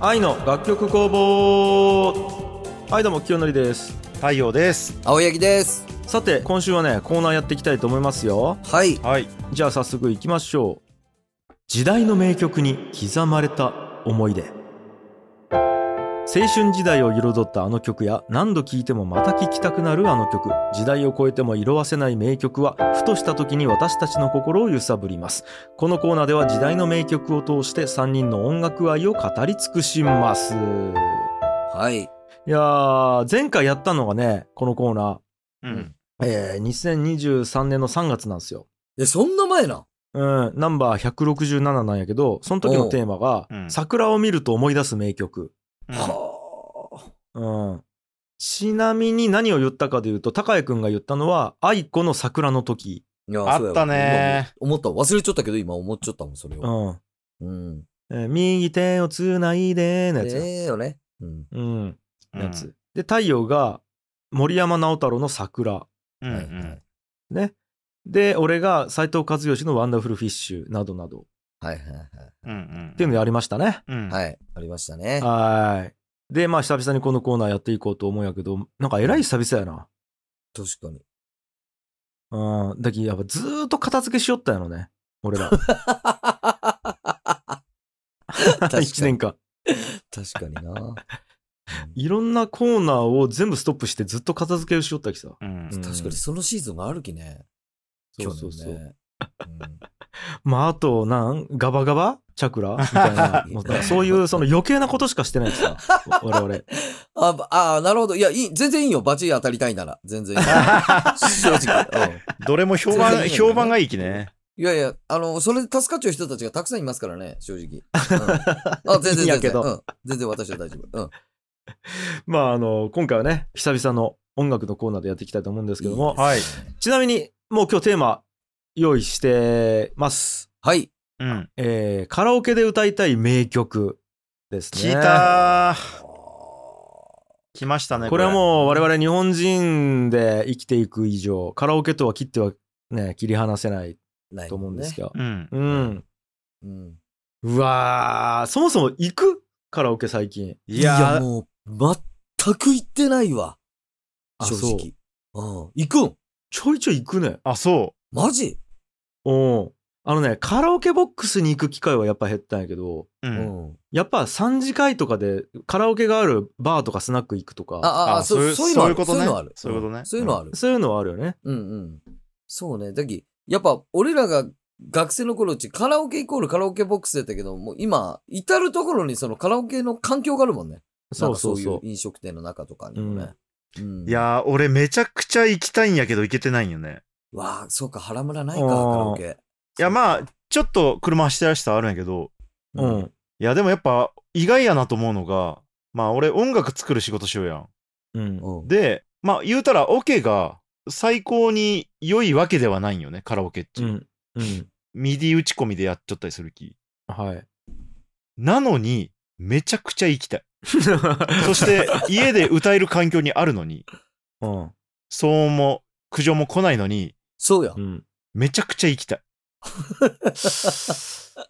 愛の楽曲工房はいどうも清則です太陽です青柳ですさて今週はねコーナーやっていきたいと思いますよはいはいじゃあ早速いきましょう時代の名曲に刻まれた思い出青春時代を彩ったあの曲や何度聴いてもまた聴きたくなるあの曲時代を超えても色褪せない名曲はふとした時に私たちの心を揺さぶりますこのコーナーでは時代の名曲を通して3人の音楽愛を語り尽くしますはいいやー前回やったのがねこのコーナうんー、えー2023年の3月なんですよえそんな前なうん、ナンバー167なんやけど、その時のテーマが、おううん桜を見ると思い出す名曲。はうん。ちなみに何を言ったかで言うと、高谷くんが言ったのは、愛子の桜の時。あいやあそうやわったね今思った忘れちゃったけど今思っちゃったもんそれうをん。うんえー右手をつないでのやつや。ええよねうんうん。やつ。うんで、太陽が、森山直太朗の桜。うんはいね。で、俺が斎藤和義のワンダフルフィッシュなどなど。はいはいはいうんうんっていうのやりましたね。うんはいありましたねはい。で、まあ、久々にこのコーナーやっていこうと思うんやけど、なんかえらい久々やな。確かにうん。だけどやっぱずーっと片付けしよったんやろね。俺ら。 かに1年間。確かにないろんなコーナーを全部ストップしてずっと片付けをしよったきさ。うんうん確かにそのシーズンがあるきねそうそうそう去年ねうんまあ、あと、なんガバガバチャクラみたいなのとか。そういう、その余計なことしかしてないきさ。我々。あ、ばあー、なるほど。いや、いい、全然いいよ。バチ当たりたいなら。全然いい。正直。うん。どれも評全然判いいよね評判がいいきねいやいや、あの、それで助かっちゃう人たちがたくさんいますからね、正直。うん、あ、全いい然全然んやけどうん。全然私は大丈夫。うん。まあ、あの、今回はね、久々の音楽のコーナーでやっていきたいと思うんですけども、はいちなみに、もう今日テーマ用意してます。はい。うんえーカラオケで歌いたい名曲ですね。聞いた来ましたねこれはもう我々日本人で生きていく以上、カラオケとは切ってはね、切り離せないないと思うんですけが。うんうん。ど。うん。うわー、そもそも行くカラオケ最近。いやーもう、全く行ってないわ。あ正そう直。うん。行くんちょいちょい行くね。あそマジおん。あのね、カラオケボックスに行く機会はやっぱ減ったんやけど、うううんん。やっぱ3次会とかでカラオケがあるバーとかスナック行くとあか、あ、ああそそうう、いうそういうのある。そういうことねある。そういうことねそういうのある。そういうのはあるよね。うんうん。そうね。だき、やっぱ俺らが学生の頃うちカラオケイコールカラオケボックスだったけど、もう今、至るところにそのカラオケの環境があるもんね。そうそうなんかそそううい。う飲食店の中とかにもね。うんい。やー俺めちゃくちゃ行きたいんやけど行けてないんよねわあ、そうか、原村ないか、あカーラオケ。いやまあちょっと車走ってらしたあるんやけどううんん。いやでもやっぱ意外やなと思うのがまあ俺音楽作る仕事しようやんうん。うん。でまあ言うたらオケが最高に良いわけではないんよねカラオケっち、うん。うん。ミディ打ち込みでやっちゃったりする気はい。 なのにめちゃくちゃ行きたいそして 家で歌える環境にあるのにうん。騒音も苦情も来ないのにそうやう。ん。めちゃくちゃ行きたい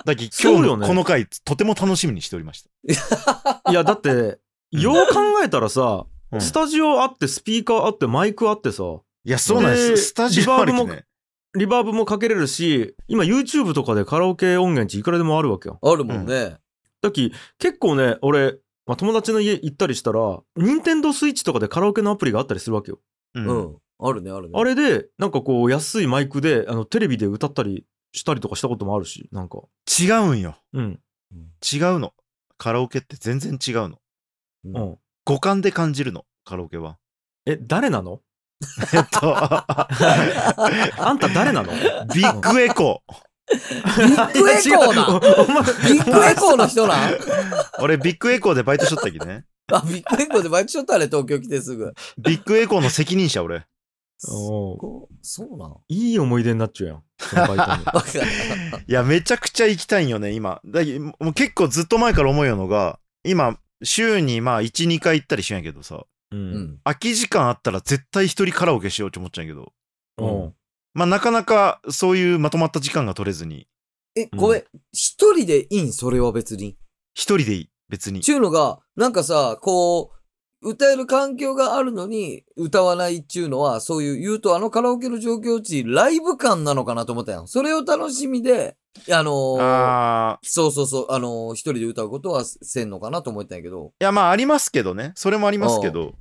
だきそう今日よねのこの回、とても楽しみにしておりましたいや、だって、よう考えたらさ、うんスタジオあって、スピーカーあって、マイクあってさ、いやそうなんですでスタジオあるリバきーブねリバーブもかけれるし、今 YouTube とかでカラオケ音源値いくらでもあるわけよ。あるもんね。だっき、結構ね、俺、まあ、友達の家行ったりしたら、任天堂スイッチとかでカラオケのアプリがあったりするわけよ。ううんん。あるね、あるね。あれで、なんかこう、安いマイクで、あの、テレビで歌ったりしたりとかしたこともあるし、なんか。違うんようん。違うのカラオケって全然違うのうんうん。五感で感じるのカラオケは え、誰なのえっ とあんた誰なのビッグエコービッグエコ ーな ビッグエコーの人なん俺ビッグエコーでバイトしとったきねあ、ビッグエコーでバイトしとったね、東京来てすぐ。ビッグエコーの責任者俺おうこうそうなんいい思い出になっちゃうやん。そのバイト にバカいやめちゃくちゃ行きたいんよね今だけもう結構ずっと前から思うよのが今週にまあ12回行ったりしんやけどさう。うんん。空き時間あったら絶対一人カラオケしようと思っちゃうんやけどうん。まあなかなかそういうまとまった時間が取れずにえ、ごめん。一人でいいんそれは別に。一人でいい別にちゅうのが、なんかさ、こう、歌える環境があるのに歌わないっちゅうのは、そういう、言うとあのカラオケの状況値、ライブ感なのかなと思ったやん。それを楽しみで、あのーああそうそうそう、あのー一人で歌うことはせんのかなと思ったんやけど。いやまあありますけどねそれもありますけど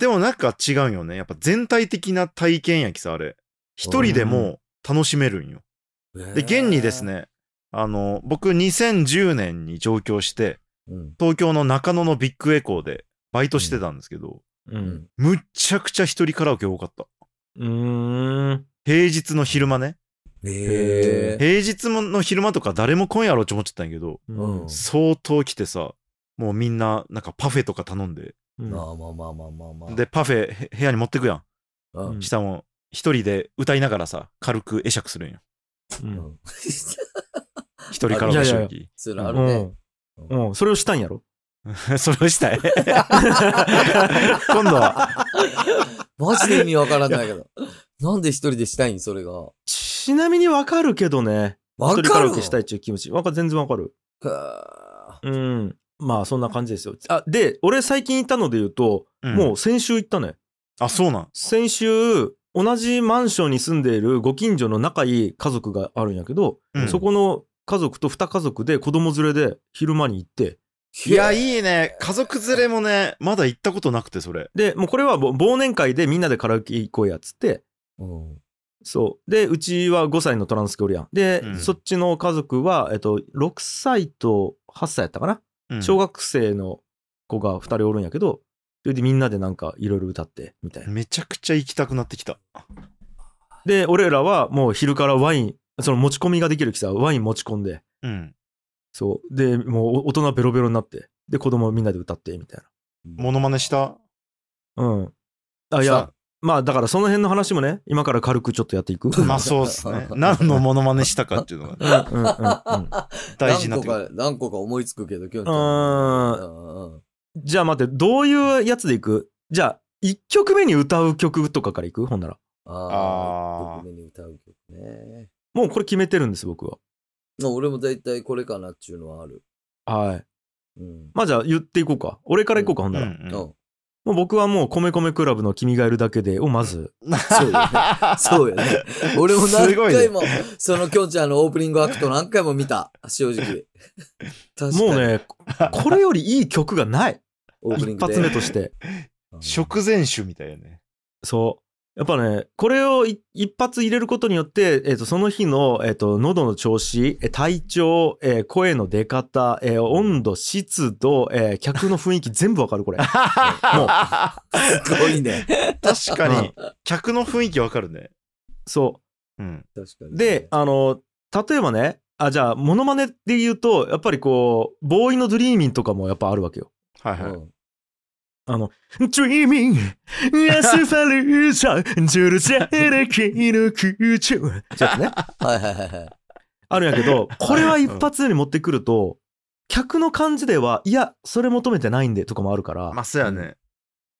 でもなんか違うんよねやっぱ全体的な体験やきさあれ一人でも楽しめるんよで現にです。ねあの僕2010年に上京してうん。東京の中野のビッグエコーでバイトしてたんですけど、う。うんん。むっちゃくちゃ一人カラオケ多かったうーん。平日の昼間ねへえ。平日の昼間とか誰も来んやろって思っちゃったんやけど、うん相当来てさもうみんななんかパフェとか頼んでうんまあまあまあまあまあまあ。でパフェへ部屋に持ってくやんうん、うん下も一人で歌いながらさ軽く会釈するんよううんん。 一人カラオケしよるきそういうのあうるね。ん。うん。それをしたんや ろ それをしたい今度はマジで意味わからないけど。なんで一人でしたいんそれが。わちなみにわかるけどね。一かる人カラオケしたいっていう気持ち。わか全然わかる。はあうん。まあそんな感じですよ。あ、で、俺最近行ったので言うと、ももうう先週行ったね。あそうなん先週、同じマンションに住んでいるご近所の仲いい家族があるんやけど、うんそこの家族と二家族で子供連れで昼間に行って、いやいいね家族連れもねまだ行ったことなくてそれで、もうこれはもう忘年会でみんなでカラオケ行こうやっつって、うんそう。で、うちは5歳のトランスケおるやん。で、うんそっちの家族は、えっと、6歳と8歳やったかな、うん小学生の子が2人おるんやけど、それでみんなでなんかいろいろ歌って、みたいな。めちゃくちゃ行きたくなってきたで、俺らはもう昼からワイン、その持ち込みができるきさ、ワイン持ち込んで、うんそう。で、もうお大人ベロベロになって、で、子供みんなで歌って、みたいモノマネしたな。うん。あ、いやさ、まあだからその辺の話もね、今から軽くちょっとやっていく。まあそうっす ね何のモノマネしたかっていうのがうんうんう んうん。大事になっ何個てくるか、何個か思いつくけど、今日じゃあ待って、どういうやつでいくじゃあ、1曲目に歌う曲とかからいくほんなら。ああーあ。曲目に歌う曲ね。もうこれ決めてるんです、僕は。まあ俺も大体これかなっていうのはある。はい。うん。まあじゃあ言っていこうか。俺からいこうか、ほんなら。うんうんうんもう僕はもう、米米クラブの君がいるだけでをまず、そうよね。そうよ ね。俺も何すごいね回も、そのきょんちゃんのオープニングアクト何回も見た。正 直。確かにもう、 ね、これよりいい曲がない。オープニン一グで発目として。うん食前酒みたいやね。そう。やっぱね、これをい一発入れることによって、えっ、と、その日の、えっ、と、喉の調子、えー体調、えー声の出方、えー温度、湿度、えー客の雰囲気全部わかる、こ れ。もうすごいね。確かに、客の雰囲気わかるね。そうん。確かう。に。で、あの、例えばね、あ、じゃあ、モノマネで言うと、やっぱりこう、ボーイのドリーミンとかもやっぱあるわけよ。はいはい。うあの、ドリーミング、アスファルト、ジュルジャレキの空中。ちょっとね。ん。はいはいはいはい。あるんやけど、これは一発目に持ってくると、客の感じでは、いや、それ求めてないんでとかもあるから、まあ、そうやね。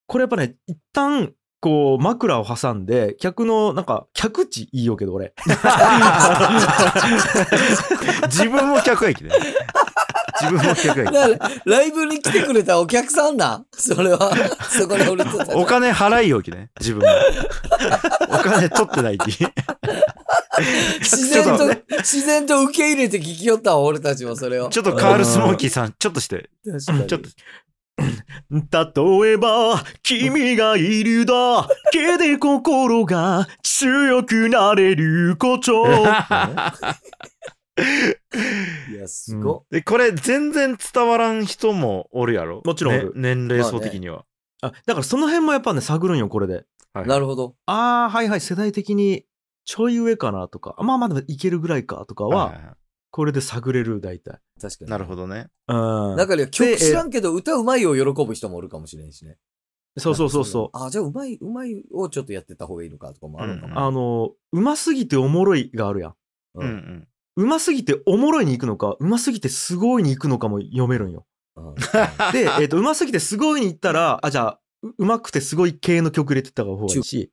これやっぱね、一旦、こう、枕を挟んで、客の、なんか、客地いいよけど、俺。自分も客駅で。自分も 客駅。だからライブに来てくれたお客さんだ。それは、そこで俺と。お金払い置きね。自分も。お金取ってな いき。自然ちょっとと、ね自然と受け入れて聞きよったわ、俺たちもそれを。ちょっとカールスモーキーさん、ちょっとして。確かにちょっと。例えば、君がいるだけで心が強くなれること。 いや、すごっ。で、これ全然伝わらん人もおるやろ。もちろんおるね年齢層的には。あだからその辺もやっぱね、探るんよ、これで。はいなるほど。あー、はいはい、世代的にちょい上かなとか、あまあまだいけるぐらいかとかいは、いはこれで探れる、大体。確かいに。なるほどね。うん。中には曲で知らんけど、歌うまいを喜ぶ人もおるかもしれんしね。そうそうそうそう。あ、じゃあうまい、うまいをちょっとやってた方がいいのかとかもあるのかうんも。あの、うますぎておもろいがあるやん。うんうん。うますぎておもろいに行くのか、うますぎてすごいに行くのかも読めるんよ。うんで、えっ、と、うますぎてすごいに行ったら、あ、じゃあ、ううまくてすごい系の曲入れてった方がいいし、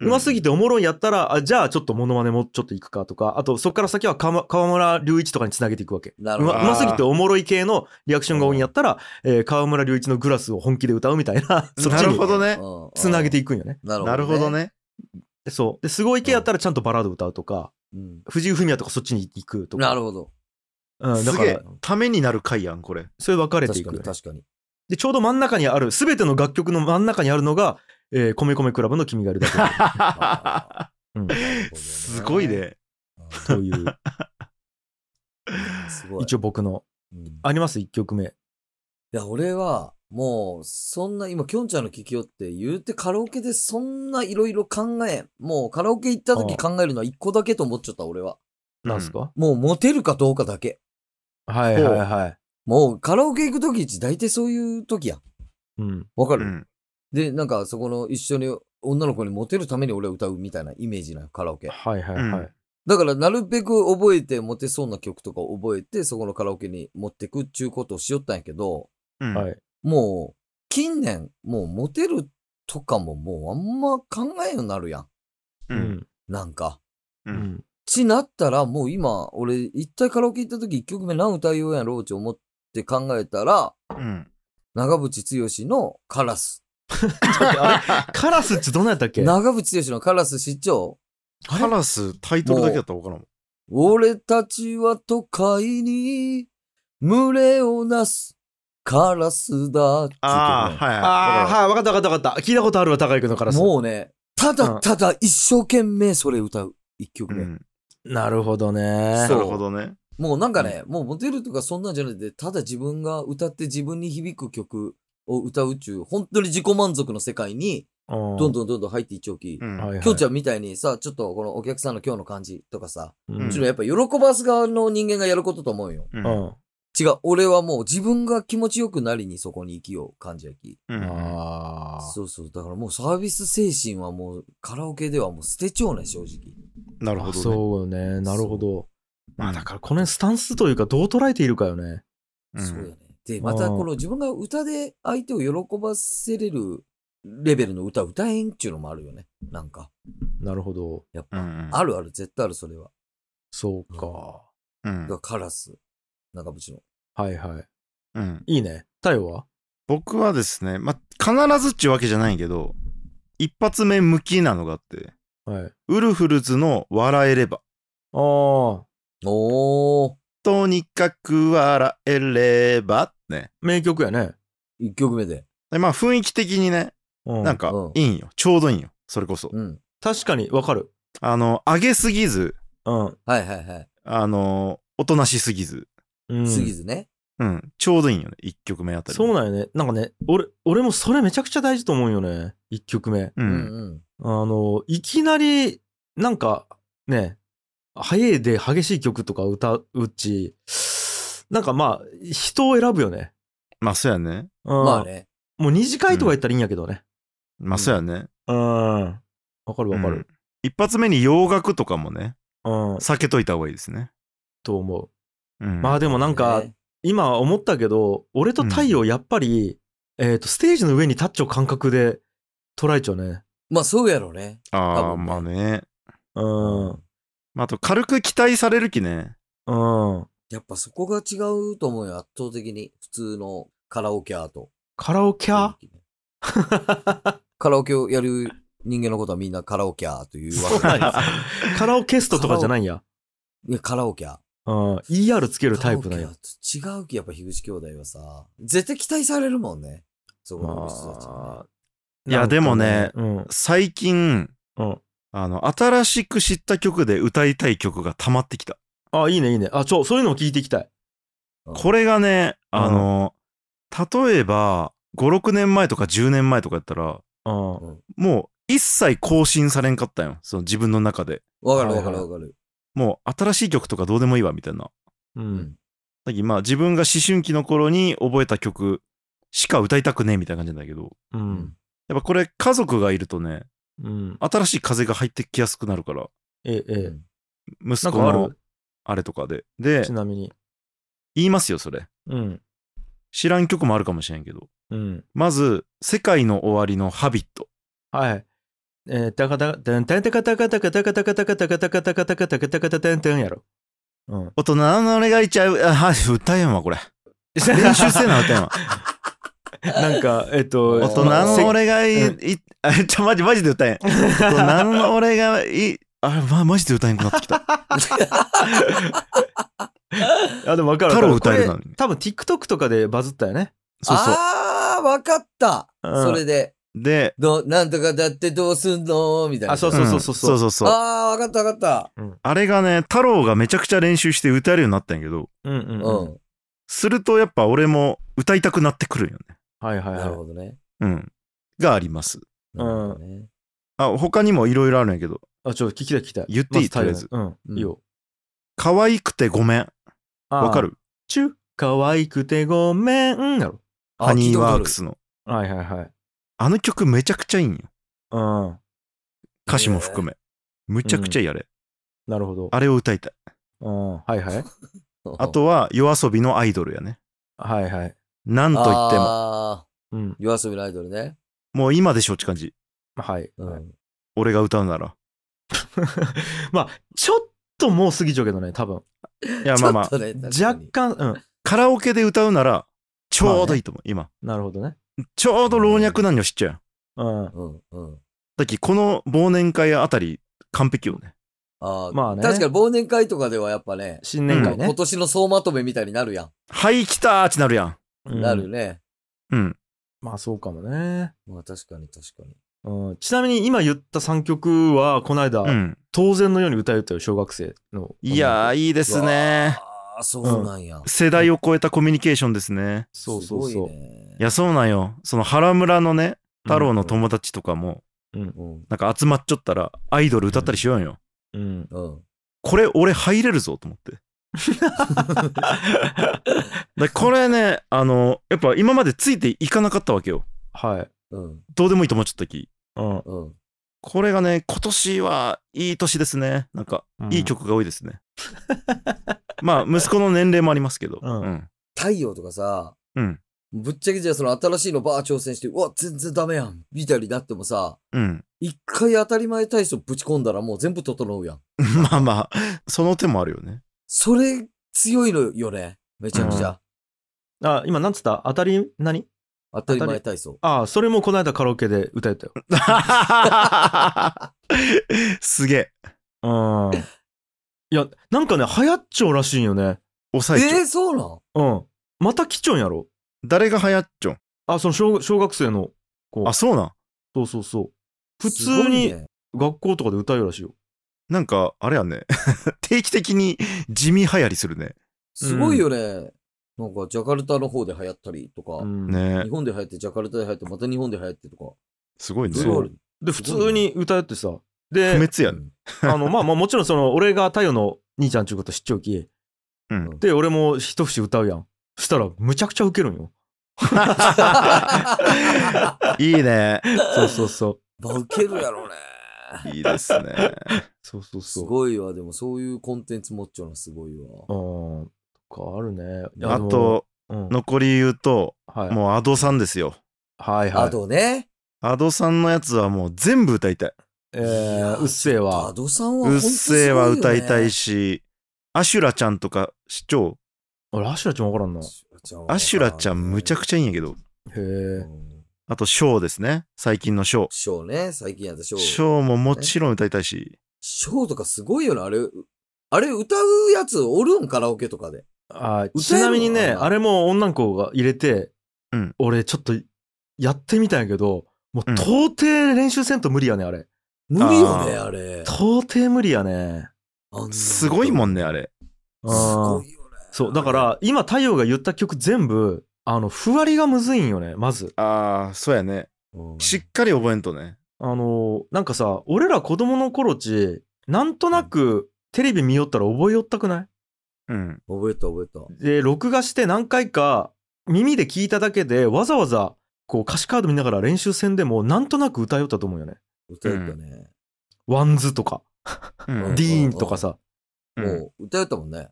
うますぎておもろいやったら、あ、じゃあちょっとモノマネもちょっといくかとか、あとそこから先は川川村隆一とかにつなげていくわけ。なうるほまど。うますぎておもろい系のリアクションが多いんやったら、えー川村隆一のグラスを本気で歌うみたい な、そっちなるほにどね。うんつなげていくんよね。なるほどね。なるほどね。でそう。で、すごい系やったらちゃんとバラード歌うとか、うん。藤井フミヤとかそっちに行くとか。なるほど。うん、だすかげらえ、、ためになる回やん、これ。それ分かれて確いかくによね。確かに。で、ちょうど真ん中にある、すべての楽曲の真ん中にあるのが、えー、米米クラブの君がいるだ け。あうん、すごい。ね。う んという、すごい。一応僕の、うんいあります、1曲目。や、俺は、もう、そんな、今、きょんちゃんの聞きよって言うてカラオケでそんないろいろ考えん。もう、カラオケ行った時考えるのは一個だけと思っちゃった、俺は。なんすか、もう、モテるかどうかだけ。はいはいはい。もう、カラオケ行く時一大体そういう時やん。うん。わかうる、ん。で、なんか、そこの一緒に女の子にモテるために俺は歌うみたいなイメージなのカラオケ。はいはいはい。だから、なるべく覚えて、モテそうな曲とか覚えて、そこのカラオケに持ってくっちゅうことをしよったんやけど、うんはい。もう、近年、もうモテるとかももうあんま考えようになるやん。うう。んん。なんか。う。うんん。ちなったら、もう今、俺、一体カラオケ行った時一曲目何歌うようやろうって思って考えたら、うん。長渕剛のカラス。 カラスってどんなんやったっけ長渕剛のカラス市長カラス、タイトルだけだったら分からんもん。俺たちは都会に群れをなすカラスだっていう曲ああ、ねはいあはあ、はい、わかったわかったわかった。聞いたことあるわ、高井君のカラス。もうね、ただただ一生懸命それ歌う。一曲い。う目。ん。なるほどねなそ。うるほどね。もうなんかね、もうモテるとかそんなんじゃなくて、ただ自分が歌って自分に響く曲を歌うっちゅう、本当に自己満足の世界に、どどんどんどんどん入っていっちゃうきう、ん。はいはい。きょんちゃんみたいにさ、ちょっとこのお客さんの今日の感じとかさ、ううんんちょっとやっぱ喜ばす側の人間がやることと思うよ。う。うんん。違う、俺はもう自分が気持ちよくなりにそこに生きよう感じやき。うんああ。そうそう、だからもうサービス精神はもうカラオケではもう捨てちゃうね、正直。なるほあどね。そうね。なるほど。まあだから、この辺スタンスというか、どう捉えているかよね。うんそうやね。で、またこの自分が歌で相手を喜ばせれるレベルの歌を歌えんっていうのもあるよね。なんか。なるほど。やっうぱ。ん。あるある、絶対ある、それは。そうか。うんだからカラス、中渕の。はいはうん。い。いいね。太陽は僕はですね、まあ、必ずっちゅうわけじゃないけど、一発目向きなのがあって、はい。ウルフルズの笑えれば。ああ。おー、とにかく笑えればね。名曲やね。一曲目で。でまあ雰囲気的にね、うなんかうんいいんよ。ちょうどいいんよ。それこそ。うん。確かにわかる。あの、上げすぎず、うん。はいはいはい。あの、おとなしすぎず。うん、すぎずね。うんうん。ちょうどいいんよね。一曲目あたり。そうななんよね。なんかね、俺、俺もそれめちゃくちゃ大事と思うよね。一曲目。う。うんんあの、いきなり、なんか、ね、早いで激しい曲とか歌うち、なんかまあ、人を選ぶよね。まあそうやね。う。うんん。まあね。もう二次会とか言ったらいいんやけどね。まあそうやね。うん。わかるわかうんる。一発目に洋楽とかもね、うん。避けといた方がいいですね。と思う。うん。まあでもなんか、ね今思ったけど俺と太陽やっぱり、えー、とステージの上に立っちゃう感覚で捉えちゃうねまあそうやろうね。多ああ、分ねまあね。うんうんまああと軽く期待されるきね。やっぱそこが違うと思うよ、圧倒的に。普通のカラオケアート。カラオケはカラオケをやる人間のことはみんなカラオケアーというわけそうなんやカラオケストとかじゃないんや、いや、カラオケア。うん、ER つけるタイプなんや違うき、やっぱ樋口兄弟はさ、絶対期待されるもんね。そこの人たちはねまあいやなんかでもねうん最近、うんあの、新しく知った曲で歌いたい曲が溜まってきた。あいいねいいねあちょそういうのも聞いていきたいこれがね、あの、例えば、5、6年前とか10年前とかやったら、うんもう一切更新されんかったんよ。その自分の中で。わかるわかるわかる。もう新しい曲とかどうでもいいわ、みたいな。うんだきまあ自分が思春期の頃に覚えた曲しか歌いたくねえみたいな感じなんだけど、うんやっぱこれ家族がいるとね、うん新しい風が入ってきやすくなるから、ええええな息ん子かあのるあれとかで。でち、なみに言いますよ、それ。うん知らん曲もあるかもしれんけど。うんまず、世界の終わりのハビット。はいえー、たかたか、たんたんたかたかたかたかたかたかたかたかたかたかたかたかたたんたんやろ。うん。大人の俺がいちゃう。あ、はい、歌えん わ、これ。練習せな、歌えんわ。なんか、えっと、大人の俺がい、い、 あ、ちょ、マジ、マジで歌えん。大人の俺がい、あ、ま、マジで歌えんくなってき た。あ、でもわかる。太郎わか歌えるこなれ多分 TikTok とかでバズったよね。そうそう。ああ、わかった。うんそれで、で、ど、なんとかだってどうすんのみたいな。あそううんそうそうそうそうそうそう。ああ、わかったわかった。あれがね、太郎がめちゃくちゃ練習して歌えるようになったんやけど、うんうんううん。ん。するとやっぱ俺も歌いたくなってくるんよね。はいはいなるはほどね。うん。があります。うんなるほどねあ、他にもいろいろあるんやけど、い。あ、ちょ、聞きたい聞きたい。言っていまいずタイトルとうん。いいよ。可愛くてごめん。わわかるちゅ、かわいくてごめん。やろ。あハニーワーク。スの。はいはいはい。あの曲めちゃくちゃいいんよ。うん。歌詞も含め。むちゃくちゃいいあれ。なるほど。あれを歌いたい。うん。はいはい。あ、とは、夜遊びのアイドルやね。はいはい。なんとと言っても。も。うん。夜遊びのアイドルね。もう今でしょって感じ。はい。うん。俺が歌うなら。まあ、ちょっともう過ぎちゃうけどね、多分。いや、まあまちょっとね確か若干、にうん。カラオケで歌うなら、ちょうどいいと思う、今。なるほどね。ちょうど老若男女知っちゃううよ。ん。うんうん。だっきこの忘年会あたり、完璧よね。ああ、まあね確かに忘年会とかではやっぱね、新年会ね今。年の総まとめみたいになるやはい、来たーってなるやん。うんん。なるね。うん。まあそうかもね。まあ確かに確かに。うん、ちなみに今言った3曲はこの間、うん。当然のように歌えたよ小学生のいやー、いいですね。ああ、そうなんや。世代を超えたコミュニケーションですね。そうそうすそごう、いねいや、そうなんよ。その原村のね、太郎の友達とかも、うんうんなんか集まっちゃったら、アイドル歌ったりしようよ。うんうん。これ、俺入れるぞと 思って。だこれね、あの、やっぱ今までついていかなかったわけよ。はい、うん。どうでもいいと思っちゃったき。うんうん。これがね、今年はいい年ですね。なんか、うんいい曲が多いですね。まあ、息子の年齢もありますけど。うんうん。太陽とかさ、うん。ぶっちゃけじゃあその新しいのバー挑戦して、うわ、全然ダメやん。みたいになってもさ、うん。 一回当たり前体操ぶち込んだらもう全部整うやん。まあまあ、その手もあるよ ね。それ強いのよね。めちゃくちゃ。あ今なんつった当たり何当たり前体操。ああそれもこの間カラオケで歌えたよすげえ。うんいやなんかね流行っちゃうらしいんよね抑えちょえう。ー、そうなんうんまた来ちゃうんやろ誰が流行っちょんあその小小学生の子あ、そうなん。そうそうそう普すご通いにね学校とかで歌うらしいよなんか、あれやね。 定期的に地味流行りするね。すごいよね。なんか、ジャカルタの方で流行ったりとか、うんね日本で流行って、ジャカルタで流行って、また日本で流行ってとか。すごいね。すごいあるね。で普通に歌えてさで不滅やう ね。ん あの、まあまあもちろんその、俺が太陽の兄ちゃんちゅうこと知っちゃうき。うん。で、俺も一節歌うやん。そしたら、むちゃくちゃウケるんよ。いいね。そうそう そう。まあ、ウケるやろう ね。いいですね。そうそうすそう。ごいわ。でも、そういうコンテンツ持っちゃうのすごいわ。うん。とかあるね。いやあ、と、でもうん、残り言うと、はい、もうアドさんですよ。はいはあい。とね。アドさんのやつはもう全部歌いたい。えー、うっせぇアわ。ドさんは、うっせぇは歌いたい。し、アシュラちゃんとか、市長、俺、アシュラちゃんわからんな。アへシュラちゃんはアシュラちゃんむちゃちくちゃいいんやけど、え。あとショーですね。最近のショー。ショーね。最近やったショー。ショーももちろん歌いたいし、ショーとかすごいよな。あれ、あれ歌うやつおるんカラオケとかで。あちなみに歌えね、るのかなあれも女の子が入れて、うん俺、ちょっと、やってみたんやけど、もう、うん到底練習せんと無理やね、あれ。無理よね、ああれ。到底無理やね。すごいもんんね、あれ。うんな。すごいよね。そう、だから、今、太陽が言った曲全部、あの、ふわりがむずいんよね、まず。ああ、そうやね。うん、しっかり覚えんとね。あのーなんかさ、俺ら子供の頃ち、なんとなく、テレビ見よったら覚えよったくないうん。覚えた覚えた。で、録画して何回か、耳で聞いただけで、わざわざ、こう、歌詞カード見ながら練習戦でも、なんとなく歌いよったと思うよね。歌えたね。ワンズとか、うんディーンとかさ。うんもう歌えたもんね。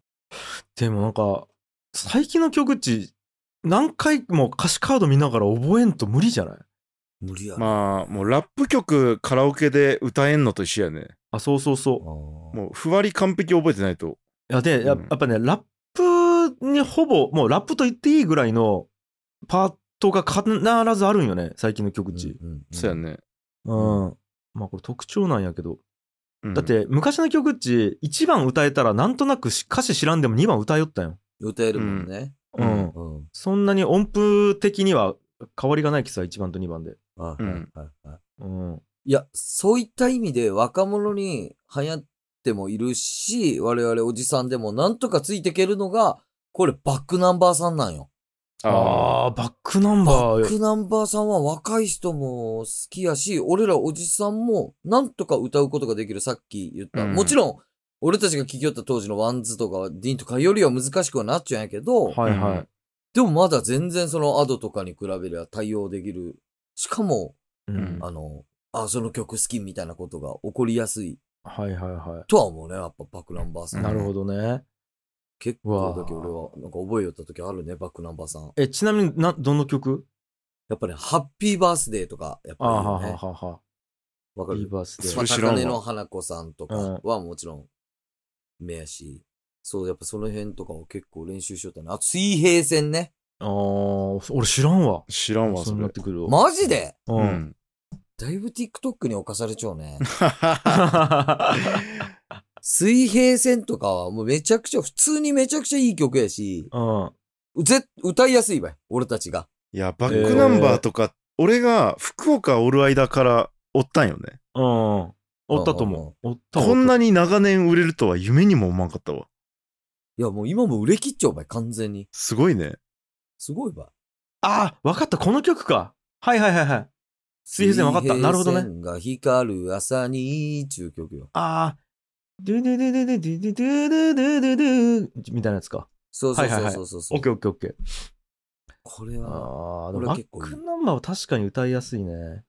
でもなんか、最近の曲ち、何回も歌詞カード見ながら覚えんと無理じゃない無理やな。まあ、もうラップ曲カラオケで歌えんのと一緒やね。あ、そうそうそう。ももう、ふわり完璧覚えてないと。いや、で、やうんやっぱね、ラップにほぼ、もうラップと言っていいぐらいのパートが必ずあるんよね、最近の曲ち。そうや。ね。うん。まあこれ特徴なんやけど。うんだっ、て、昔の曲っち、1番歌えたらなんとなくし歌詞知らんでも2番歌えよったんよ。歌えるもんね。うん。ううん。そんなに音符的には変わりがないけどさ、1番と2番で。はういんはいはいはい。うん。いや、そういった意味で若者に流行ってもいるし、我々おじさんでもなんとかついていけるのが、これバックナンバーさんなんよ。ああ。ああー、バックナンババーックナンバーさんは若い人も好きやし、俺らおじさんもなんとか歌うことができる、さっき言った。うんもちろん、俺たちが聴きよった当時のワンズとかはディーンとかよりは難しくはなっちゃうんやけど、はいはい。でもまだ全然そのアドとかに比べりゃ対応できる。しかも、うんうんあの、あ、その曲好きみたいなことが起こりやすいはいはいはとは思うね。やっぱバックナンバーさい。ん。なるほどね。結構だけ俺は、なんか覚えよった時あるね、バックナンバーさん。え、ちなみにな、どの曲やっぱね、ハッピーバースデーとか、やっあーぱはりはね。はは。わかリる。バースで。そまあ、れ知らんわ高根の花子さんとかうんはもちろん、目やし。そう、やっぱその辺とかを結構練習しよったね。あと、水平線ね。あー俺知らんわ。知らんわ、そうそなれっ。てくるわ。マジでう。うんん。 だいぶ TikTok に侵されちゃうね。う水平線とかはもうめちゃくちゃ、普通にめちゃくちゃいい曲やし、 ん。ぜ歌いやすいばい、俺たちが。いや、バックナンバーとか、俺が福岡おる間からおったんよね。うん。おったと思う。おったわこんなに長年売れるとは夢にも思わんかったわ。いや、もう今も売れ切っちゃうばい、完全に。すごいね。すごいばい。あ、わかった。この曲か。はいはいはいはい。水平線わかった。なるほどね。水平線が光る朝に、中曲よ。あー。ドゥドゥドゥドゥドゥドゥドゥドゥドゥドゥドゥみたいなやつか。そうそうはいはいそはういそうそうそう。オッケーオッケーオッケー。これは、あー、でこもれバッ結構いいクナンバーは確かに歌いやすいね。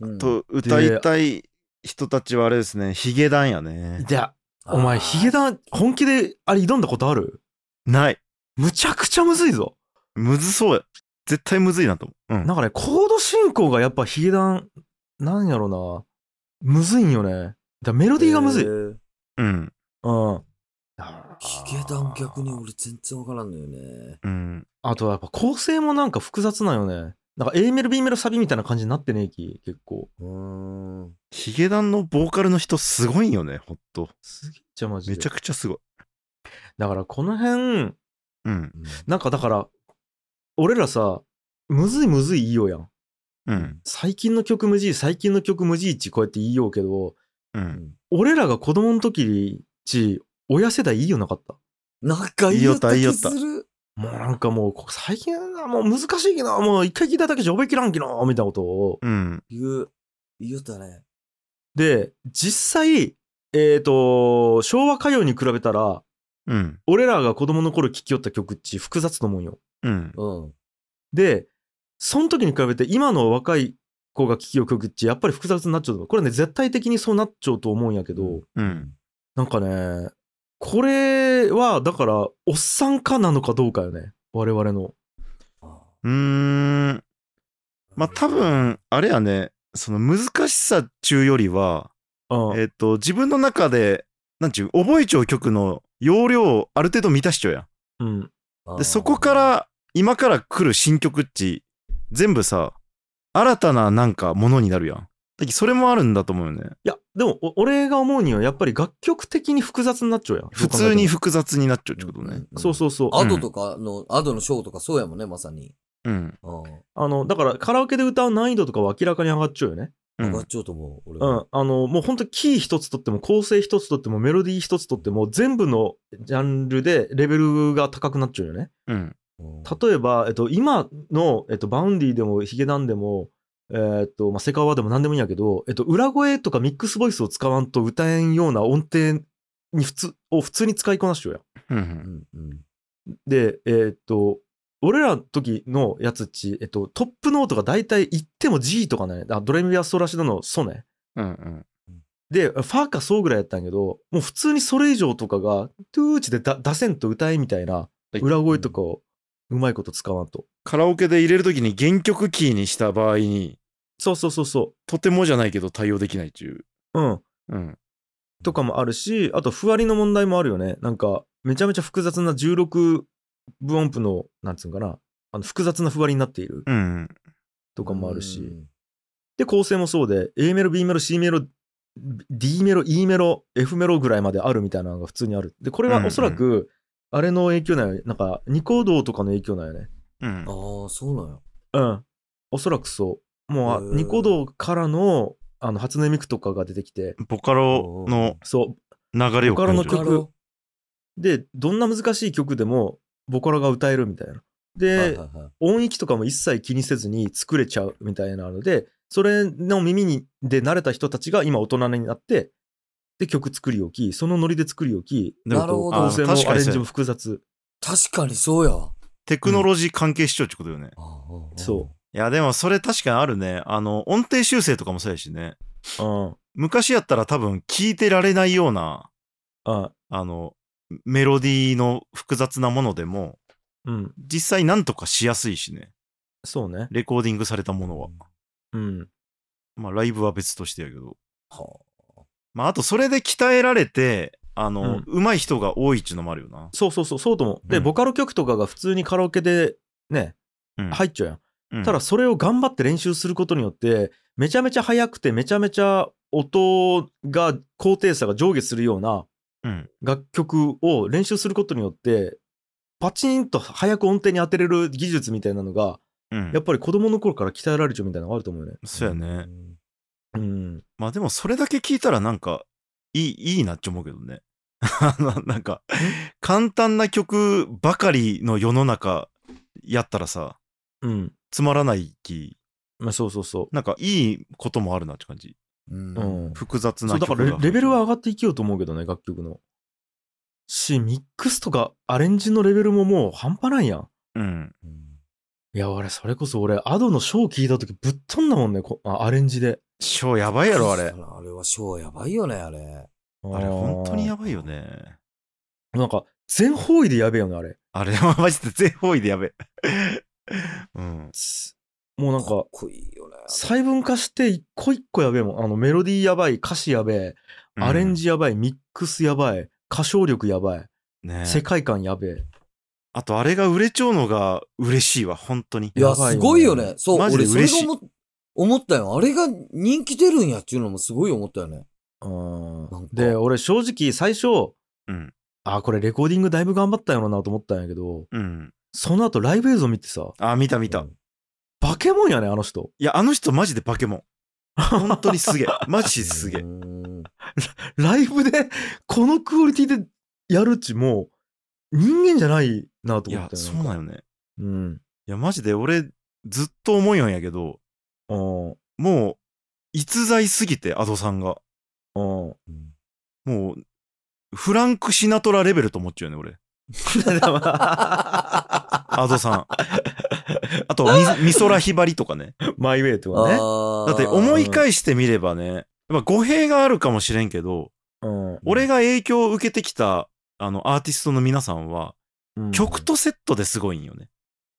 うんと、歌いたい人たちはあれですね、ヒゲダンやね。いや、お前、ヒゲあダン、本気であれ挑んだことあるない。むちゃくちゃむずいぞ。むずそうや。絶対むずいなと思う。うん。なんかね、コード進行がやっぱヒゲダン、なんやろな。むずいんよね。だメローディーがむずい。へうん。ーうん。ヒゲダン逆に俺全然わからんのよね。うん。あとはやっぱ構成もなんか複雑なんよね。なんか A メロ B メロサビみたいな感じになってねえき、結構。うーん。ヒゲダンのボーカルの人すごいんよね、ほんと。すげえじゃんマジで。めちゃくちゃすごい。だからこの辺、うん。なんかだから、俺らさ、むずいむずい言いようやん。うん。最近の曲むじい、最近の曲むじいちこうやって言いようけど、うん。俺らが子供の時にち、親世代言いよなかった。仲いいよった気する。もうなんかもう、ここ最近はもう難しいけど、もう一回聞いただけじゃ覚えきらんけど、みたいなことを。うん。言う。言いよったね。で、実際、えっ、と、昭和歌謡に比べたら、うん。俺らが子供の頃聴きよった曲っち複雑と思うんよ。うん。うん。で、その時に比べて今の若い子が聴きよる曲っちやっぱり複雑になっちゃうと思う。これね、絶対的にそうなっちゃうと思うんやけど、うんうん。なんかね、これはだから、おっさんかなのかどうかよね。我々の。うーん。まあ、多分、あれやね、その難しさ中よりは、うん。えっと、自分の中で、なんちゅう、覚えちゃう曲の容量をある程度満たしちゃうやうん。あん。ーで、そこか、ら、今から来る新曲っち、全部さ、新たななんかものになるやん。だけどそれもあるんだと思うよね。いや、でも、お俺が思うには、やっぱり楽曲的に複雑になっちゃうやん。普通にそう考複雑になっちゃうってことね。えたら。そううそうそう。ん。アドとかの、アドのショーとかそうやもんね、まさに。うん。うん。あの、だから、カラオケで歌う難易度とかは明らかに上がっちゃうよね。う上がっん。ちゃうと思う、俺うは。ん、あのもうほんとキー一つとっても構成一つとってもメロディー一つとっても全部のジャンルでレベルが高くなっちゃうよね。うん。うん。例えば、えっと、今の、えっと、バウンディでもヒゲダンでも、えーっとまあ、セカオワでも何でもいいんやけど、えっと、裏声とかミックスボイスを使わんと歌えんような音程に普通を普通に使いこなしちゃうやん。う。うんんうん。で、えーっと、俺らの時のやつっち、えっと、トップノートが大体言っても G とかね、あドレミファソラシドのソね。うん。で、ファーかソーぐらいやったんやけど、もう普通にそれ以上とかが、トゥーチでだ出せんと歌えみたいな、い裏声とかをうまいこと使わんと。カラオケで入れるときに原曲キーにした場合に、そうそうそうそとてもじゃないけど対応できないっていう。う。うん。うん。とかもあるし、あと、ふわりの問題もあるよね。なんか、めちゃめちゃ複雑な16分音符の、なんつうんかな、あの複雑なふわりになっているうん。とかもあるし。うんで、構成もそうで、A メロ、B メロ、C メロ、D メロ、E メロ、F メロぐらいまであるみたいなのが普通にある。で、これうんはうんおそらく、あれの影響なんよね。なんか、二コードとかの影響なんよね。うんあ。あ、そうなんや。うん。おそらくそう。もへーう、二コードからの、あの、初音ミクとかが出てきて、ボカロのそ流れを感じる。ボカロの曲う。で、どんな難しい曲でも、ボカロが歌えるみたいな。で、はいはいはい音域とかも一切気にせずに作れちゃうみたいなのでそれの耳にで慣れた人たちが今大人になってで曲作り置きそのノリで作り置きでなるほど構成もあ確アかにレンそうジも複雑確かにそうやわ。テクノロジー関係視聴ってことよね。そいや、でもそれ確かにあるね。あの、音程修正とかもそうやしね。うん昔やったら多分聞いてられないような、ああの、メロディーの複雑なものでも、うん実際なんとかしやすいしね。そうねレコーディングされたもうのは。うんまあ、ライブは別としてやけど。はまあ、あとそれで鍛えられて、あの、うん上手い人が多いっていうのもあるよな。そうそうそうそうともで、うんボカロ曲とかが普通にカラオケでねうん入っちゃうやん、うんただ、それを頑張って練習することによってめちゃめちゃ速くてめちゃめちゃ音が高低差が上下するようなうん。楽曲を練習することによってパチンと早く音程に当てれる技術みたいなのがうん。やっぱり子供の頃から鍛えられちゃうみたいなのがあると思うよね。そうやね。あうん、まあでもそれだけ聞いたらなんかいいいいなって思うけどね。 あのなんか簡単な曲ばかりの世の中やったらさうん、つまらないきまあそうそうそなんかいいこともあるなって感じうんう。うん、複雑そなうだ曲かがらレレベルは上がっていきようと思うけどね楽曲の。しミックスとかアレンジのレベルももう半端ないやん。うんうんいや俺それこそ俺アドのショー聞いた時ぶっ飛んだもんねこあアレンジで。ショーやばいやろあれあれはショーやばいよね、あれ。あれ本当にやばいよねなんか全方位でやべえよねあれ。あれ はマジで全方位でやべ えうんつもうなんかかっこいいよね。細分化して一個一個やべえもん。あのメロディーやばい、歌詞やべえ、アレンジやばい、ミックスやばい、歌唱力やばい、ね世界観やべえ。あとあれが売れちゃうのが嬉しいわ本当にいや、やばいよねすごいよね。そう、マジで俺、それ嬉しいが思っ思ったよ。あれが人気出るんやっていうのもすごい思ったよね。うんなんかで、俺正直最初、うんあ、これレコーディングだいぶ頑張ったんやろなと思ったんやけど、うんその後ライブ映像見てさ、あ見た見たバケモンやね、あの人。いや、あの人マジでバケモン。本当にすげえ。マジすげえう。 んライブで このクオリティでやるっちもう人間じゃないなとい思っや、たそようね。なんよね。うん。いや、マジで俺、ずっと思いよんやけど、うん。もう、逸材すぎて、アドさんが。うん。 もう、フランク・シナトラレベルと思っちゃうよね、俺。アドさん。あと、み美空ひばりとかね。マイウェイとかね。あーだって、思い返してみればね、やっぱ語弊があるかもしれんけど、うん俺が影響を受けてきた、あの、アーティストの皆さんは、うん曲とセットですごいんよね。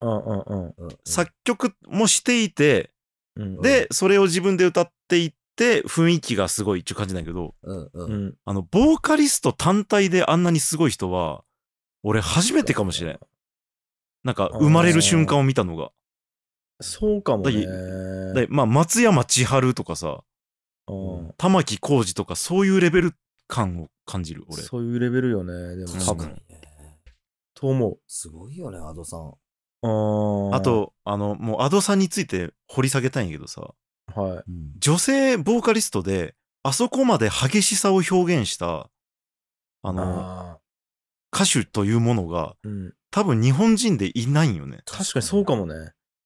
うんうんうんうん作曲もしていて、うん。で、それを自分で歌っていって、雰囲気がすごいっていう感じなんやけど、うんう。うんん、あの、ボーカリスト単体であんなにすごい人は、俺初めてかもしれん。なんか、生まれる瞬間を見たのが。そうかもね。で、まあ、松山千春とかさ、うん、玉置浩二とか、そういうレベル感を感じる、俺。そういうレベルよね。でも多確かに分。ね。と思すごいよね、アドさん。う。うんあ、と、あの、もう、アドさんについて掘り下げたいんやけどさ、はい。うん女性ボーカリストで、あそこまで激しさを表現した、あの、あ歌手というものが、ーうん、多分日本人でいないんよね。確かにそうかもね。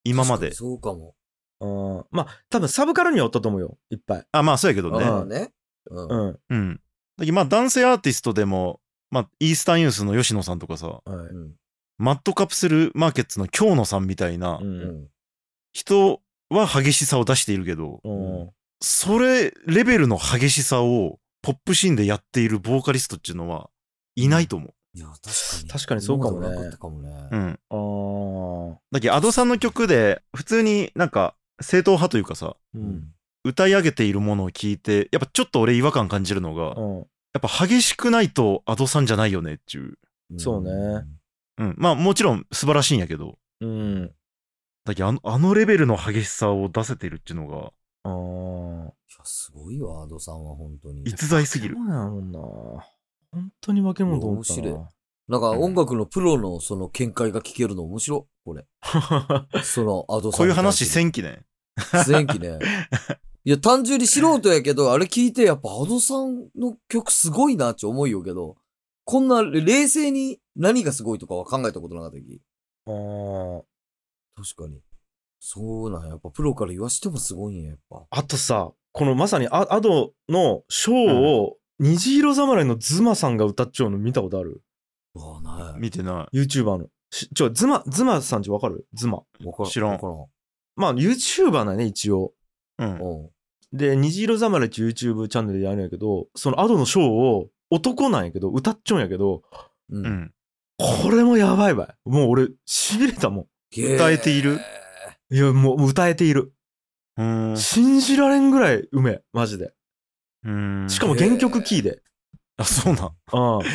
今まで確かに。そうかも。うん、まあ多分サブカルにはおったと思うよ。いっぱい。あ、まあそうやけどまあね。ね。うんうん。はうん。だけどまあ男性アーティストでも、まあイースタンユースの吉野さんとかさ、い。うんマッドカプセルマーケッツの京野さんみたいなう。うんん人は激しさを出しているけど、うん。それレベルの激しさをポップシーンでやっているボーカリストっていうのはいないと思いや、確かに。確かにそうかもね今までなかったかもねう。うん。ああ。だけどアドさんの曲で普通になんか正統派というかさうん。歌い上げているものを聞いてやっぱちょっと俺違和感感じるのがうん。やっぱ激しくないとアドさんじゃないよねっていう、そうね。うん、まあもちろん素晴らしいんやけどうん。だけどあのあのレベルの激しさを出せてるっていうのがあーいやすごいわ、アドさんは本当に。逸材すぎるそうやもんな。本当に化け物と思った面白いな。なんか音楽のプロのその見解が聞けるの面白い。 これ。そのアドさん。こういう話千期ね 前期ね。いや、単純に素人やけど、あれ聞いて、やっぱアドさんの曲すごいなって思うよけど、こんな冷静に何がすごいとかは考えたことなかったき。あー確かに。そうなんややっぱプロから言わしてもすごいんや、やっぱ。あとさ、このまさにアアドのショーを、虹色侍のズマさんが歌っちゃうの見たことあるうわあ、ない。見てな ?YouTuber の。しちょ、ズマ、ズマさんちわかるズマ。わから知らんわからん。まあ YouTuber だね、一応。い、うん、うん。で、虹色侍っていう YouTube チャンネルでやるんやけど、そのアドのショーを男なんやけど、歌っちゃうんやけど、うん。うん、これもやばいばい。もう俺、痺れたも歌えているん。いや、もう歌えている。うーん信じられんぐらいうめえ、マジで。うーんしかも原曲キーで。あそうなんうん。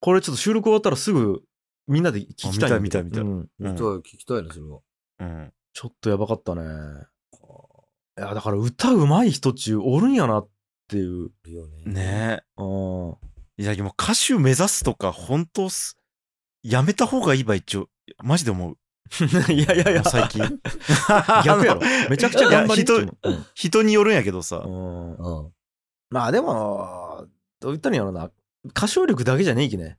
これちょっと収録終わったらすぐみんなで聞きたいんだけど。あ見たい見たい見たいうんえー。うん歌聞きたいな、それは。うんちょっとやばかったね。いや、だから歌うまい人っちゅうおるんやなっていう。いるよね。ねうん。 えいやでも歌手目指すとか本当すやめた方がいいば一応マジで思ういやいやいもやう、最 近逆やろ。めちゃくちゃ頑張りっちゅうの人によるんやけどさ、うんうんうん。まあでも、どう言ったらいいんやろな。歌唱力だけじゃねえきね。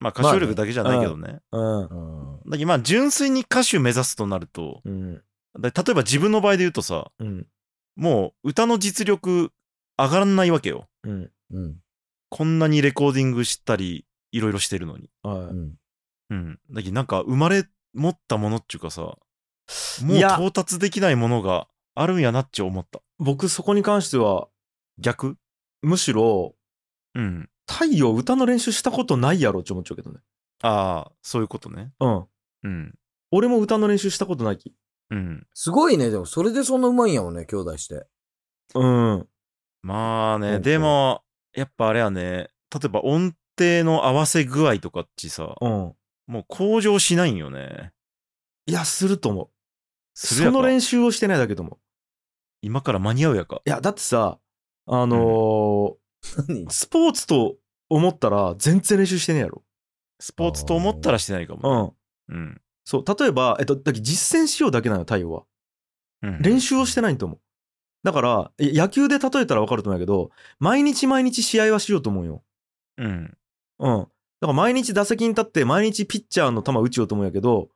まあ歌唱力だけじゃないけどね。うん。うん。だけどまあ純粋に歌手目指すとなると、うん。だ例えば自分の場合で言うとさ、うん。もう歌の実力上がらないわけよ。うん。うん。こんなにレコーディングしたり、いろいろしてるのに。はういん。うん。だけどなんか生まれ持ったものっていうかさ、もういや到達できないものがあるんやなって思った。僕そこに関しては、逆むしろ、うん。太陽歌の練習したことないやろって思っちゃうけどね。ああ、そういうことね。うん。うん。俺も歌の練習したことないき。うん。すごいね、でも、それでそんなうまいんやもんね、兄弟して。うん。まあうんうね、んでも、やっぱあれやね、例えば音程の合わせ具合とかっちさ、うん。もう向上しないんよね。いや、すると思う。するそやかの練習をしてないだけと思う。今から間に合うやか。いや、だってさ、あの何ースポーツと思ったら全然練習してねえやろ。スポーツと思ったらしてないかうも、ん。ね。うん。そう、例えば、えっと、だけど実践しようだけなの、太陽は。うん。練習をしてないと思う。だから、え野球で例えたら分かると思うんやけど、毎日毎日試合はしようと思うよ。うん。うん。だから毎日打席に立って、毎日ピッチャーの球打ちようと思うんやけど、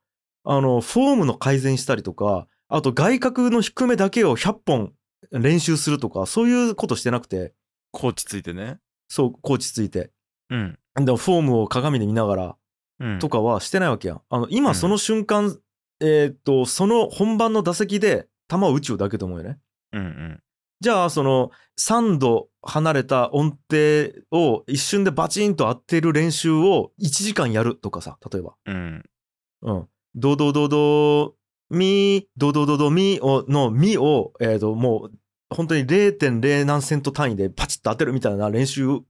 あの、フォームの改善したりとか、あと外角の低めだけを100本練習するとか、そういうことしてなくて、コーチついてね。そう、コーチついて。うん。でもフォームを鏡で見ながらうん。とかはしてないわけやん。あの、今うんその瞬間、えーっと、その本番の打席で球を打ちようだけと思うよね。うんうん。じゃあ、その3度離れた音程を一瞬でバチンと当てる練習を1時間やるとかさ、例えば。うん。うん。ドドドドミ、ドドドドミをのミを、えー、と、もう本当に0.0何セント単位でパチッと当てるみたいな練習を、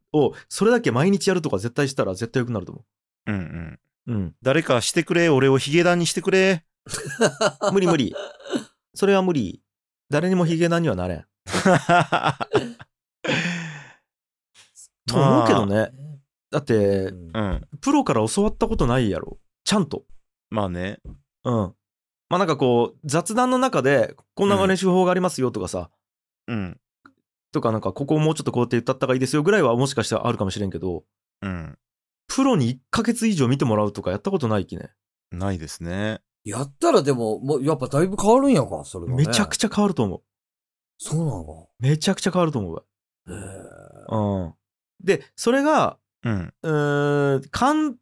それだけ毎日やるとか絶対したら絶対良くなると思うんうう。ん。うん。誰かしてくれ、俺をヒゲダンにしてくれ。 無理無理。それは無理。誰にもヒゲダンにはなれん。と思うけどね。だって、まあ。うん。プロから教わったことないやろ。ちゃんと。まあね。うん。まあなんかこう雑談の中でこんな練習法がありますよとかさ、うん。とかなんかここをもうちょっとこうやって歌った方がいいですよぐらいはもしかしたらあるかもしれんけどうん。プロに1ヶ月以上見てもらうとかやったことないきねないですね。やったらでも、もうやっぱだいぶ変わるんやか、それが、ね。めちゃくちゃ。ちゃ変わると思うそうなめちゃくちゃ変わると思うのか。へわうんでそれがうん。うーん完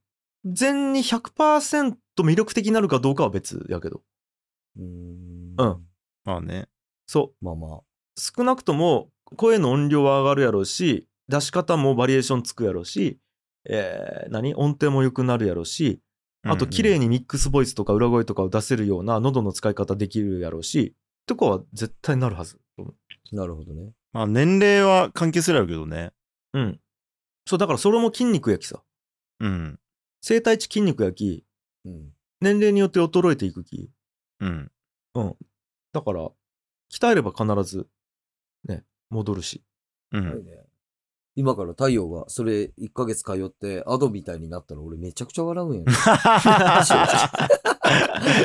全に100%魅力的になるかどうかは別やけどえ。うんうん。まあね。そうまあまあ。少なくとも声の音量は上がるやろうし出し方もバリエーションつくやろうし、えー何音程も良くなるやろうしあと綺麗にミックスボイスとか裏声とかを出せるような喉の使い方できるやろうしとかは絶対なるはず。なるほどね。まあ年齢は関係するやろうけどね。うん。そう、だからそれも筋肉焼きさ。うん。生体値筋肉焼き、うん。年齢によって衰えていくき。うん。だから、鍛えれば必ず、ね、戻るし。うすごいん。ね今から太陽がそれ1ヶ月通ってアドみたいになったら俺めちゃくちゃ 笑うんやね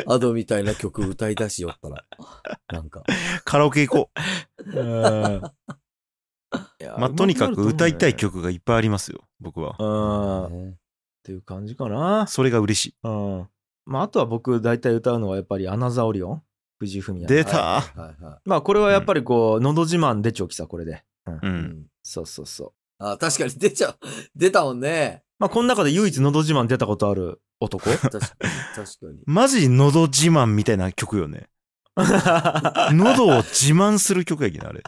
アドみたいな曲歌い出しよったら。なんか。 カラオケ行こ う。ままあとにかく歌いたい。曲がいっぱいありますよ、僕はう。ん。っねていう感じかな。それが嬉しい。うん。まあ、あとは僕、大体歌うのはやっぱり、アナザオリオン藤井フミヤ。出たはいはいはまあ、これはやっぱりこう、のど自慢出ちょきさ、これで。う。い。うんんそうそうそう。あ、確かに出ちゃう。出たもんね。まあ、この中で唯一のど自慢出たことある 男確かに。確かに。マジ喉自慢みたいな曲よね。喉を自慢する曲やけど、あれ。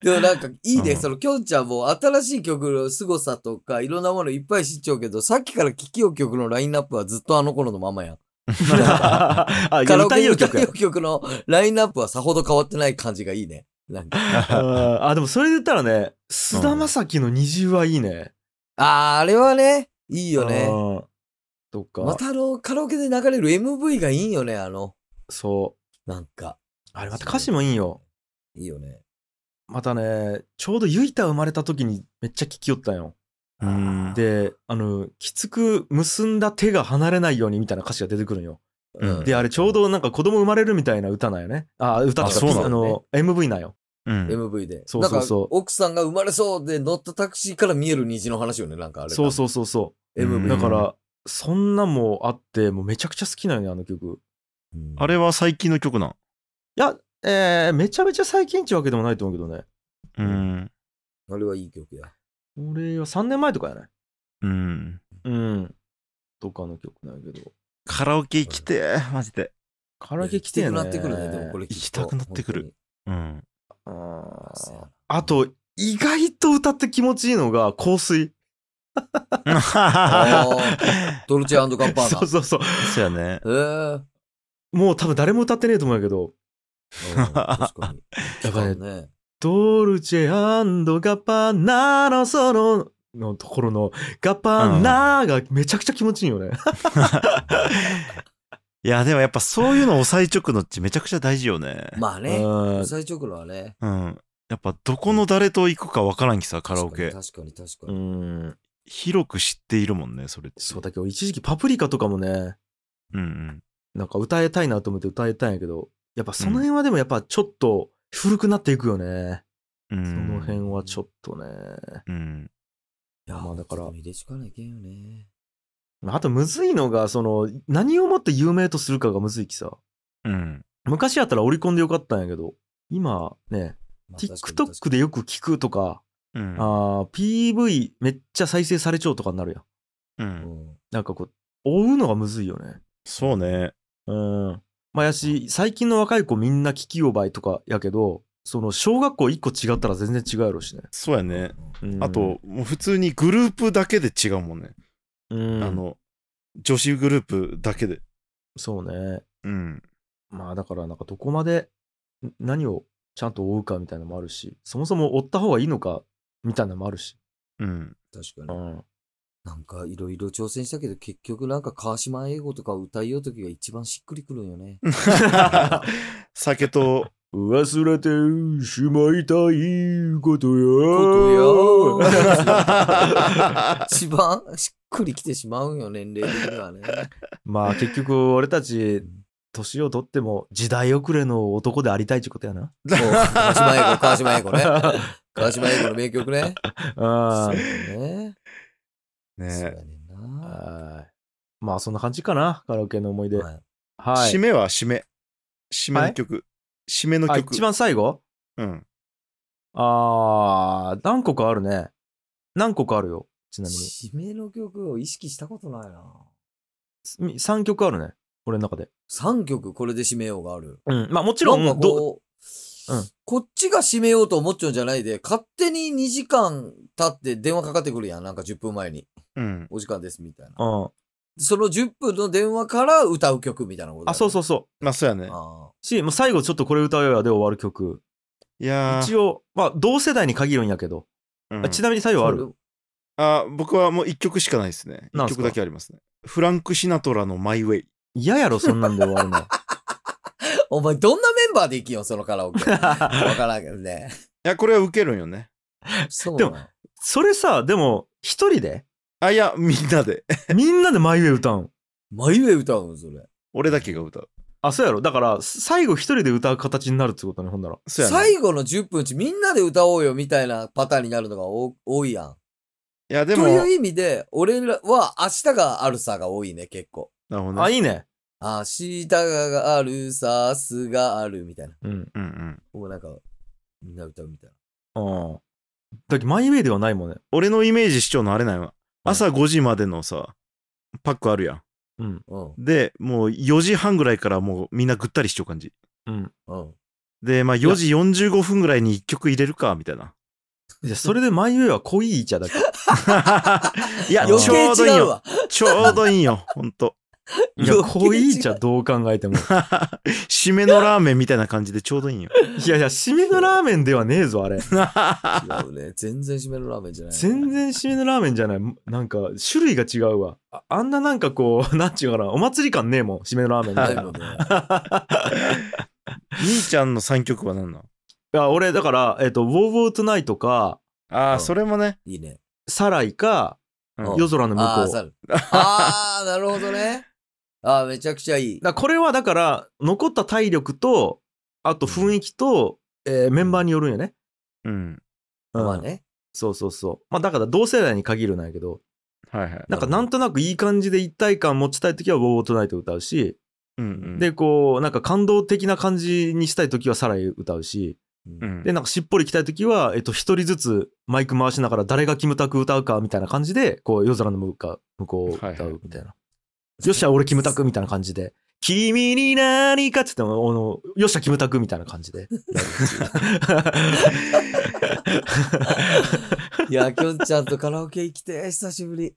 でもなんかいいね、うんそのきょんちゃんも新しい曲の凄さとかいろんなものいっぱい知っちゃうけど、さっきから聴きよう曲のラインナップはずっとあの頃の ままやん。あ、いカやラオ歌ケえにる歌曲うや。曲のラインナップはさほど変わってない感じがいいね。なんか。うんあ、でもそれで言ったらね、菅田将暉の虹はいいね。あー、あれはね、いいいよね。とか、またあの、カラオケで流れる MV がいいよね、あの、そう。なんか。あれまた歌詞もいいよ。いいよね。またね、ちょうどユイタ生まれた時にめっちゃ聞きよったんよ。うん。で、あの、きつく結んだ手が離れないようにみたいな歌詞が出てくるんよ。うんで、あれちょうどなんか子供生まれるみたいな歌なんよね。あ、歌っていあそううなかのあの、MV なんよ。うん。 MV で。そうそうそうなんか奥さんが生まれそうで乗ったタクシーから見える虹の話よね、なんかあれ。そうそうそうそう。う MV。だから、そんなもあって、もうめちゃくちゃ好きなのよ、あの曲。うんあれは最近の曲なん。いや、えーめちゃめちゃ最近ってわけでもないと思うけどね。うん。あれはいい曲や。俺は3年前とかやね。うん。うん。とかの曲なんやけど。カラオケ行きてー、マジで。カラオケ来きてえくね。なってくるね、でもこれ。行きたくなってくる。うん。あ本当に。ーあと、意外と歌って気持ちいいのが香水。あードルチェガッパ ーそうそうそう。そうやね。ナ。へえ。もう多分誰も歌ってねえと思うんやけど。うん確かに。やっぱねそうね。ドルチェガッパーナのその、のところのガッパーナがめちゃくちゃ気持ちいいよね。いや、でもやっぱそういうの抑えちょくのってめちゃくちゃ大事よね。まあね。うん最直路はね。うん。やっぱどこの誰と行くかわからんきさ、カラオケ。確かに確うかに。ん。広く知っているもんね、それって。そうだけど、一時期パプリカとかもね、うんなんか歌えたいなと思って歌えたんやけど、やっぱその辺はでもやっぱちょっと古くなっていくよね。うん。うん。その辺はちょっとね。うん。いや、まあだからちょっと入れしかないけんよね。あとむずいのが、その、何をもって有名とするかがむずいきさ。うん。昔やったらオリコンでよかったんやけど、今ね、まあ TikTok。でよく聞くとか、うん。あー PV めっちゃ再生されちゃうとかになるやん。う確かん。にうんなんかこう、追うのがむずいよね。そうね。うん。まあやし、最近の若い子みんな聞き覚えとかやけど、その小学校一個違ったら全然違うやろうしね。そうやね。うんあ、と、もう普通にグループだけで違うもんね。うん、あの、女子グループだけで。そうね。うん。まあだからなんかどこまでん何をちゃんと追うかみたいなのもあるし、そもそも追った方がいいのかみたいなのもあるし。 うん。確うかに。ん。なんかいろいろ挑戦したけど、結局なんか川島英語とか歌いようときが一番しっくりくるんよね。酒と、忘れてしまいたいことことや。や一番しっくりきてしまうんよ、年齢的にはね。まあ結局俺たち、年を取っても時代遅れの男でありたいってことやな。そう川島英語、川島英語 ね。川島英語の名曲ね。あそうね。そうや ねねんな。まあそんな感じかな、カラオケの思い出。はいはい。締めは締め。締めの曲。締めのあ曲一。番最後うん。あー、何個かあるね。何個かあるよ、ちなみに。締めの曲を意識したことないな。み3曲あるね、俺の中で。 3曲これで締めようがある。うん。まあもちろん、なんかどこううんこっちが締めようと思っちゃうんじゃないで、勝手に2時間経って電話かかってくるやん。なんか10分前に。うん。お時間です、みたいな。うん。その10分の電話から歌う曲みたいなことだよね、あ、そうそうそまあそうやね。あう。し、もう最後ちょっとこれ歌うよやで終わる曲。いやー一応、まあ同世代に限るんやけど。うんあちなみに最ー後あそるれあ僕はもう一曲しかないですね。なん一すか曲だけありますね。フランク・シナトラのマイ・ウェイ。嫌やろ、そんなんで終わるの。お前どんなメンバーで行きよ、そのカラオ ケ。わからんけどね。いや、これはウケるんよね。そうでなもの。それさ、でも、一人であ、いや、みんなで。 みんなでマイウェイ歌うん。マイウェイ歌うの、それ。俺だけが歌う。あ、そうやろ。だから、最後一人で歌う形になるってことね、ほんなら。そうやね。最後の10分うちみんなで歌おうよみたいなパターンになるのが多多いやん。いや、でとも、いう意味で、俺らは明日があるさが多いね、結構。なるほどあ、ね。いいね。明日があるさ、すがあるみたいな。うん。うんうん。もうなんか、みんな歌うみたいな。うん。だけどマイウェイではないもんね。俺のイメージしちゃうのあれなんよ。朝5時までのさ、パックあるやん。うん。うん、で、もう4時半ぐらいからもうみんなぐったりしちゃう感じ。うん。うん。で、まあ4時45分ぐらいに1曲入れるか、みたい な。いや、それでマイウェイは濃い茶だけ。いや、ちょ余計うどいい違うよ。わ。ちょうどいいよ、ほんと。 いや、余計違う濃い茶どう考えても。締めのラーメンみたいな感じでちょうどいいんよ。いやいや、締めのラーメンではねえぞ、あれ。違うね。全然締めのラーメンじゃない。全。然締めのラーメンじゃない。なんか、種類が違うわ。ああんななんかこう、 なんちゅうかな、お祭り感ねえもん、締めのラーメンみなたいいな。もんね。兄ちゃんの3曲は何なの いや、俺、だから、えっ、と、ウォーウォートナイトか、あうあ、んそれもね。いいね。サライか、うん夜空の向こああー、う。猿。ああ、なるほどね。ああ、めちゃくちゃいい。だこれはだから残った体力とあと雰囲気と、えーメンバーによるんよね、うん。うんまあね。そうそうそうまあだから同世代に限るなんやけどはいはい。なんかなんとなくいい感じで一体感持ちたい時は「ウォーウォートナイト」歌うし、うんうん、でこうなんか感動的な感じにしたい時は「サライ」歌うしうんうん、でなんかしっぽりきたい時はえっと、一人ずつマイク回しながら誰がキムタク歌うかみたいな感じでこう夜空の向か向こうを歌はいはいうみたいな、よっしゃ俺キムタクみたいな感じで「君に何か」っつってもあの「よっしゃキムタク」みたいな感じでいや、きょんちゃんとカラオケ行きて、久しぶり。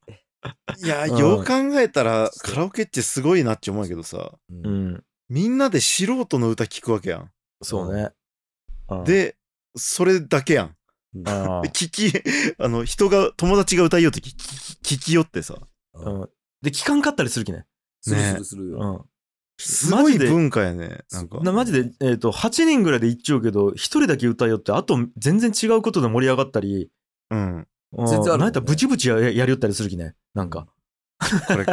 いや、うんよう考えたら、そうカラオケってすごいなって思うけどさ、うんうんみんなで素人の歌聞くわけやん。そうね、うんで、それだけやん。うん聞き、 あの、人が、友達が歌いようとき、聞き聞きよってさ、うんで聞かんかったりするきね、するするするよ。うん、すごいマジで文化やね。なんか。なマジで、えー、と8人ぐらいで一っちゃうけど1人だけ歌いよってあと全然違うことで盛り上がったりうん。うん全然あるもんねなんやったらブチブチややりよったりするきねなんかこ れ、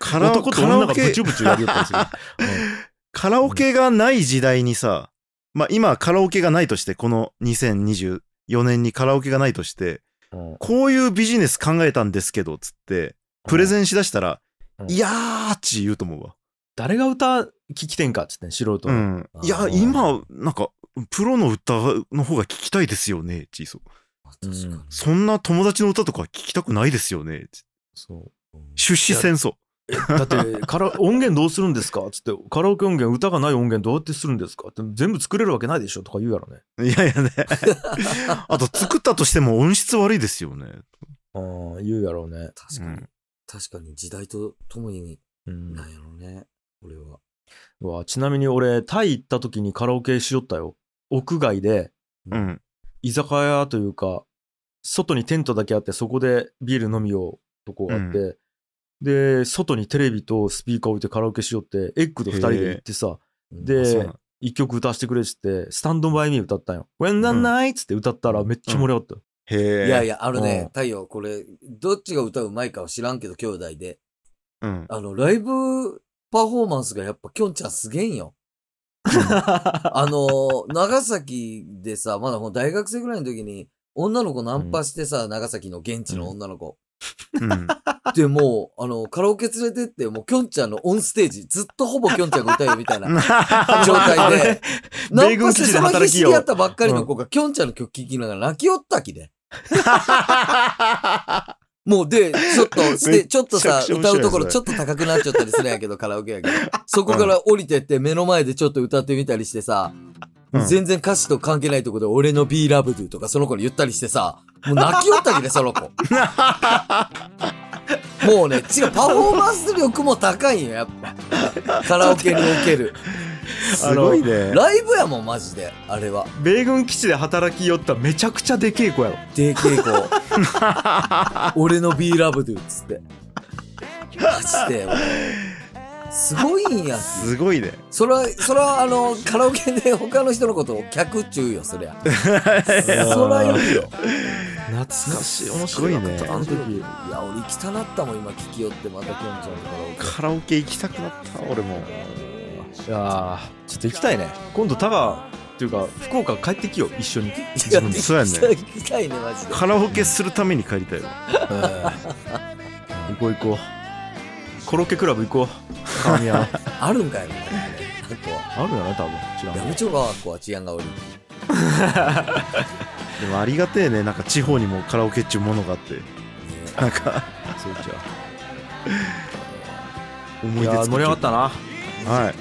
カラオ男と女がカラブオチケ、ブチやりよったりする、 カラオケがない時代にさ、まあ今カラオケがないとして、この2024年にカラオケがないとして、うんうんこういうビジネス考えたんですけど、つって、プレゼンしだしたら、うんいやーっち言うと思うわ。誰が歌聞きてんかっつってね素人うのんあ。ーいや、今、なんか、プロの歌の方が聞きたいですよね、ちいそう。確かにそんな友達の歌とか聞きたくないですよね、ちそう出資戦争。だってカラ 音源どうするんですかっつってカラオケ音源歌がない音源どうやってするんですかって全部作れるわけないでしょとか言うやろねいやい やね。あと、作ったとしても音質悪いですよね。ああ言うやろうね、確かに。確かに時代とともに、うんなんやろね。俺は。うわちなみに俺タイ行った時にカラオケしよったよ屋外でうん。居酒屋というか外にテントだけあってそこでビール飲みようとこあって、で外にテレビとスピーカー置いてカラオケしよってエッグと二人で行ってさうんあそうなでの一曲歌わせてくれっつって「スタンドバイミー歌ったんよ「When the うん Night」って歌ったらめっちゃ盛り上がったよ、へえ。いやいや、あのうんね、太陽、これ、どっちが歌うまいかは知らんけど、兄弟で。うん。あの、ライブパフォーマンスがやっぱきょんちゃんすげえんよ。あの、長崎でさ、まだほん大学生ぐらいの時に、女の子ナンパしてさ、長崎の現地の女の子。うん。 で、もう、あの、カラオケ連れてって、もう、きょんちゃんのオンステージ、ずっとほぼきょんちゃんが歌うよみたいな 状態で、ナ米ンパ軍して基地でその日働き知り合よったばっかりの子が、きょんちゃんの曲聴きながら泣きよったきで。もう、で、ちょっと、めで、っちょっとめちさゃく、ちゃ面歌白いうところそれちょっと高くなっちゃったりするんやけど、カラオケやけど。そこから降りてって、目の前でちょっと歌ってみたりしてさ、うん全然歌詞と関係ないところで、俺の B ラブドゥとかその子に言ったりしてさ、もう泣きよったきで、その子。もうね、違う、パフォーマンス力も高いんよ、やっぱ。カラオケにおける。すごいね。ライブやもん、マジで、あれは。米軍基地で働きよっためちゃくちゃでけえ子やろ。 でけえ子。俺の B ラブドゥっつって。マジで、もうすごいんや。すごいね。それは、それはあの、カラオケで他の人のことを客っちゅうよ、そりゃ。そりゃ言うよ。懐かしい。面白いすごいねね。あの時。いや、俺行きたなったもん、今聞きよって、またきょんちゃんのカラオケ。カラオケ行きたくなった、俺も。いやーちょっと行きたいね。今度タガっていうか福岡帰ってきよう一緒に。いや、行きそうやねたい、行きたいね、マジで。カラオケするために帰りたいわ。行こう行こう。コロッケクラブ行こう。川宮。あるんかいみたいなね。あとは。あるんやな多分。知やらんめちょが、こは治安が悪い。でもありがてえね、なんか地方にもカラオケっちゅうものがあって、なんかそうちゃ思う。いいや出ー作盛り上がったな。た。はい。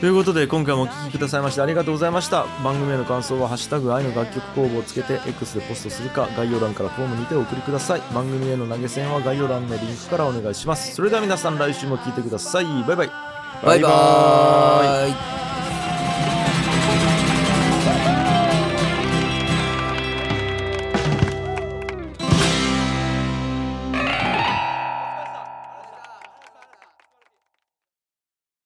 ということで今回もお聞きくださいましてありがとうございました番組への感想は「ハッシュタグ愛の楽曲工房」をつけて X でポストするか概要欄からフォームにてお送りください番組への投げ銭は概要欄のリンクからお願いしますそれでは皆さん来週も聞いてくださいバイバイバイバーイ。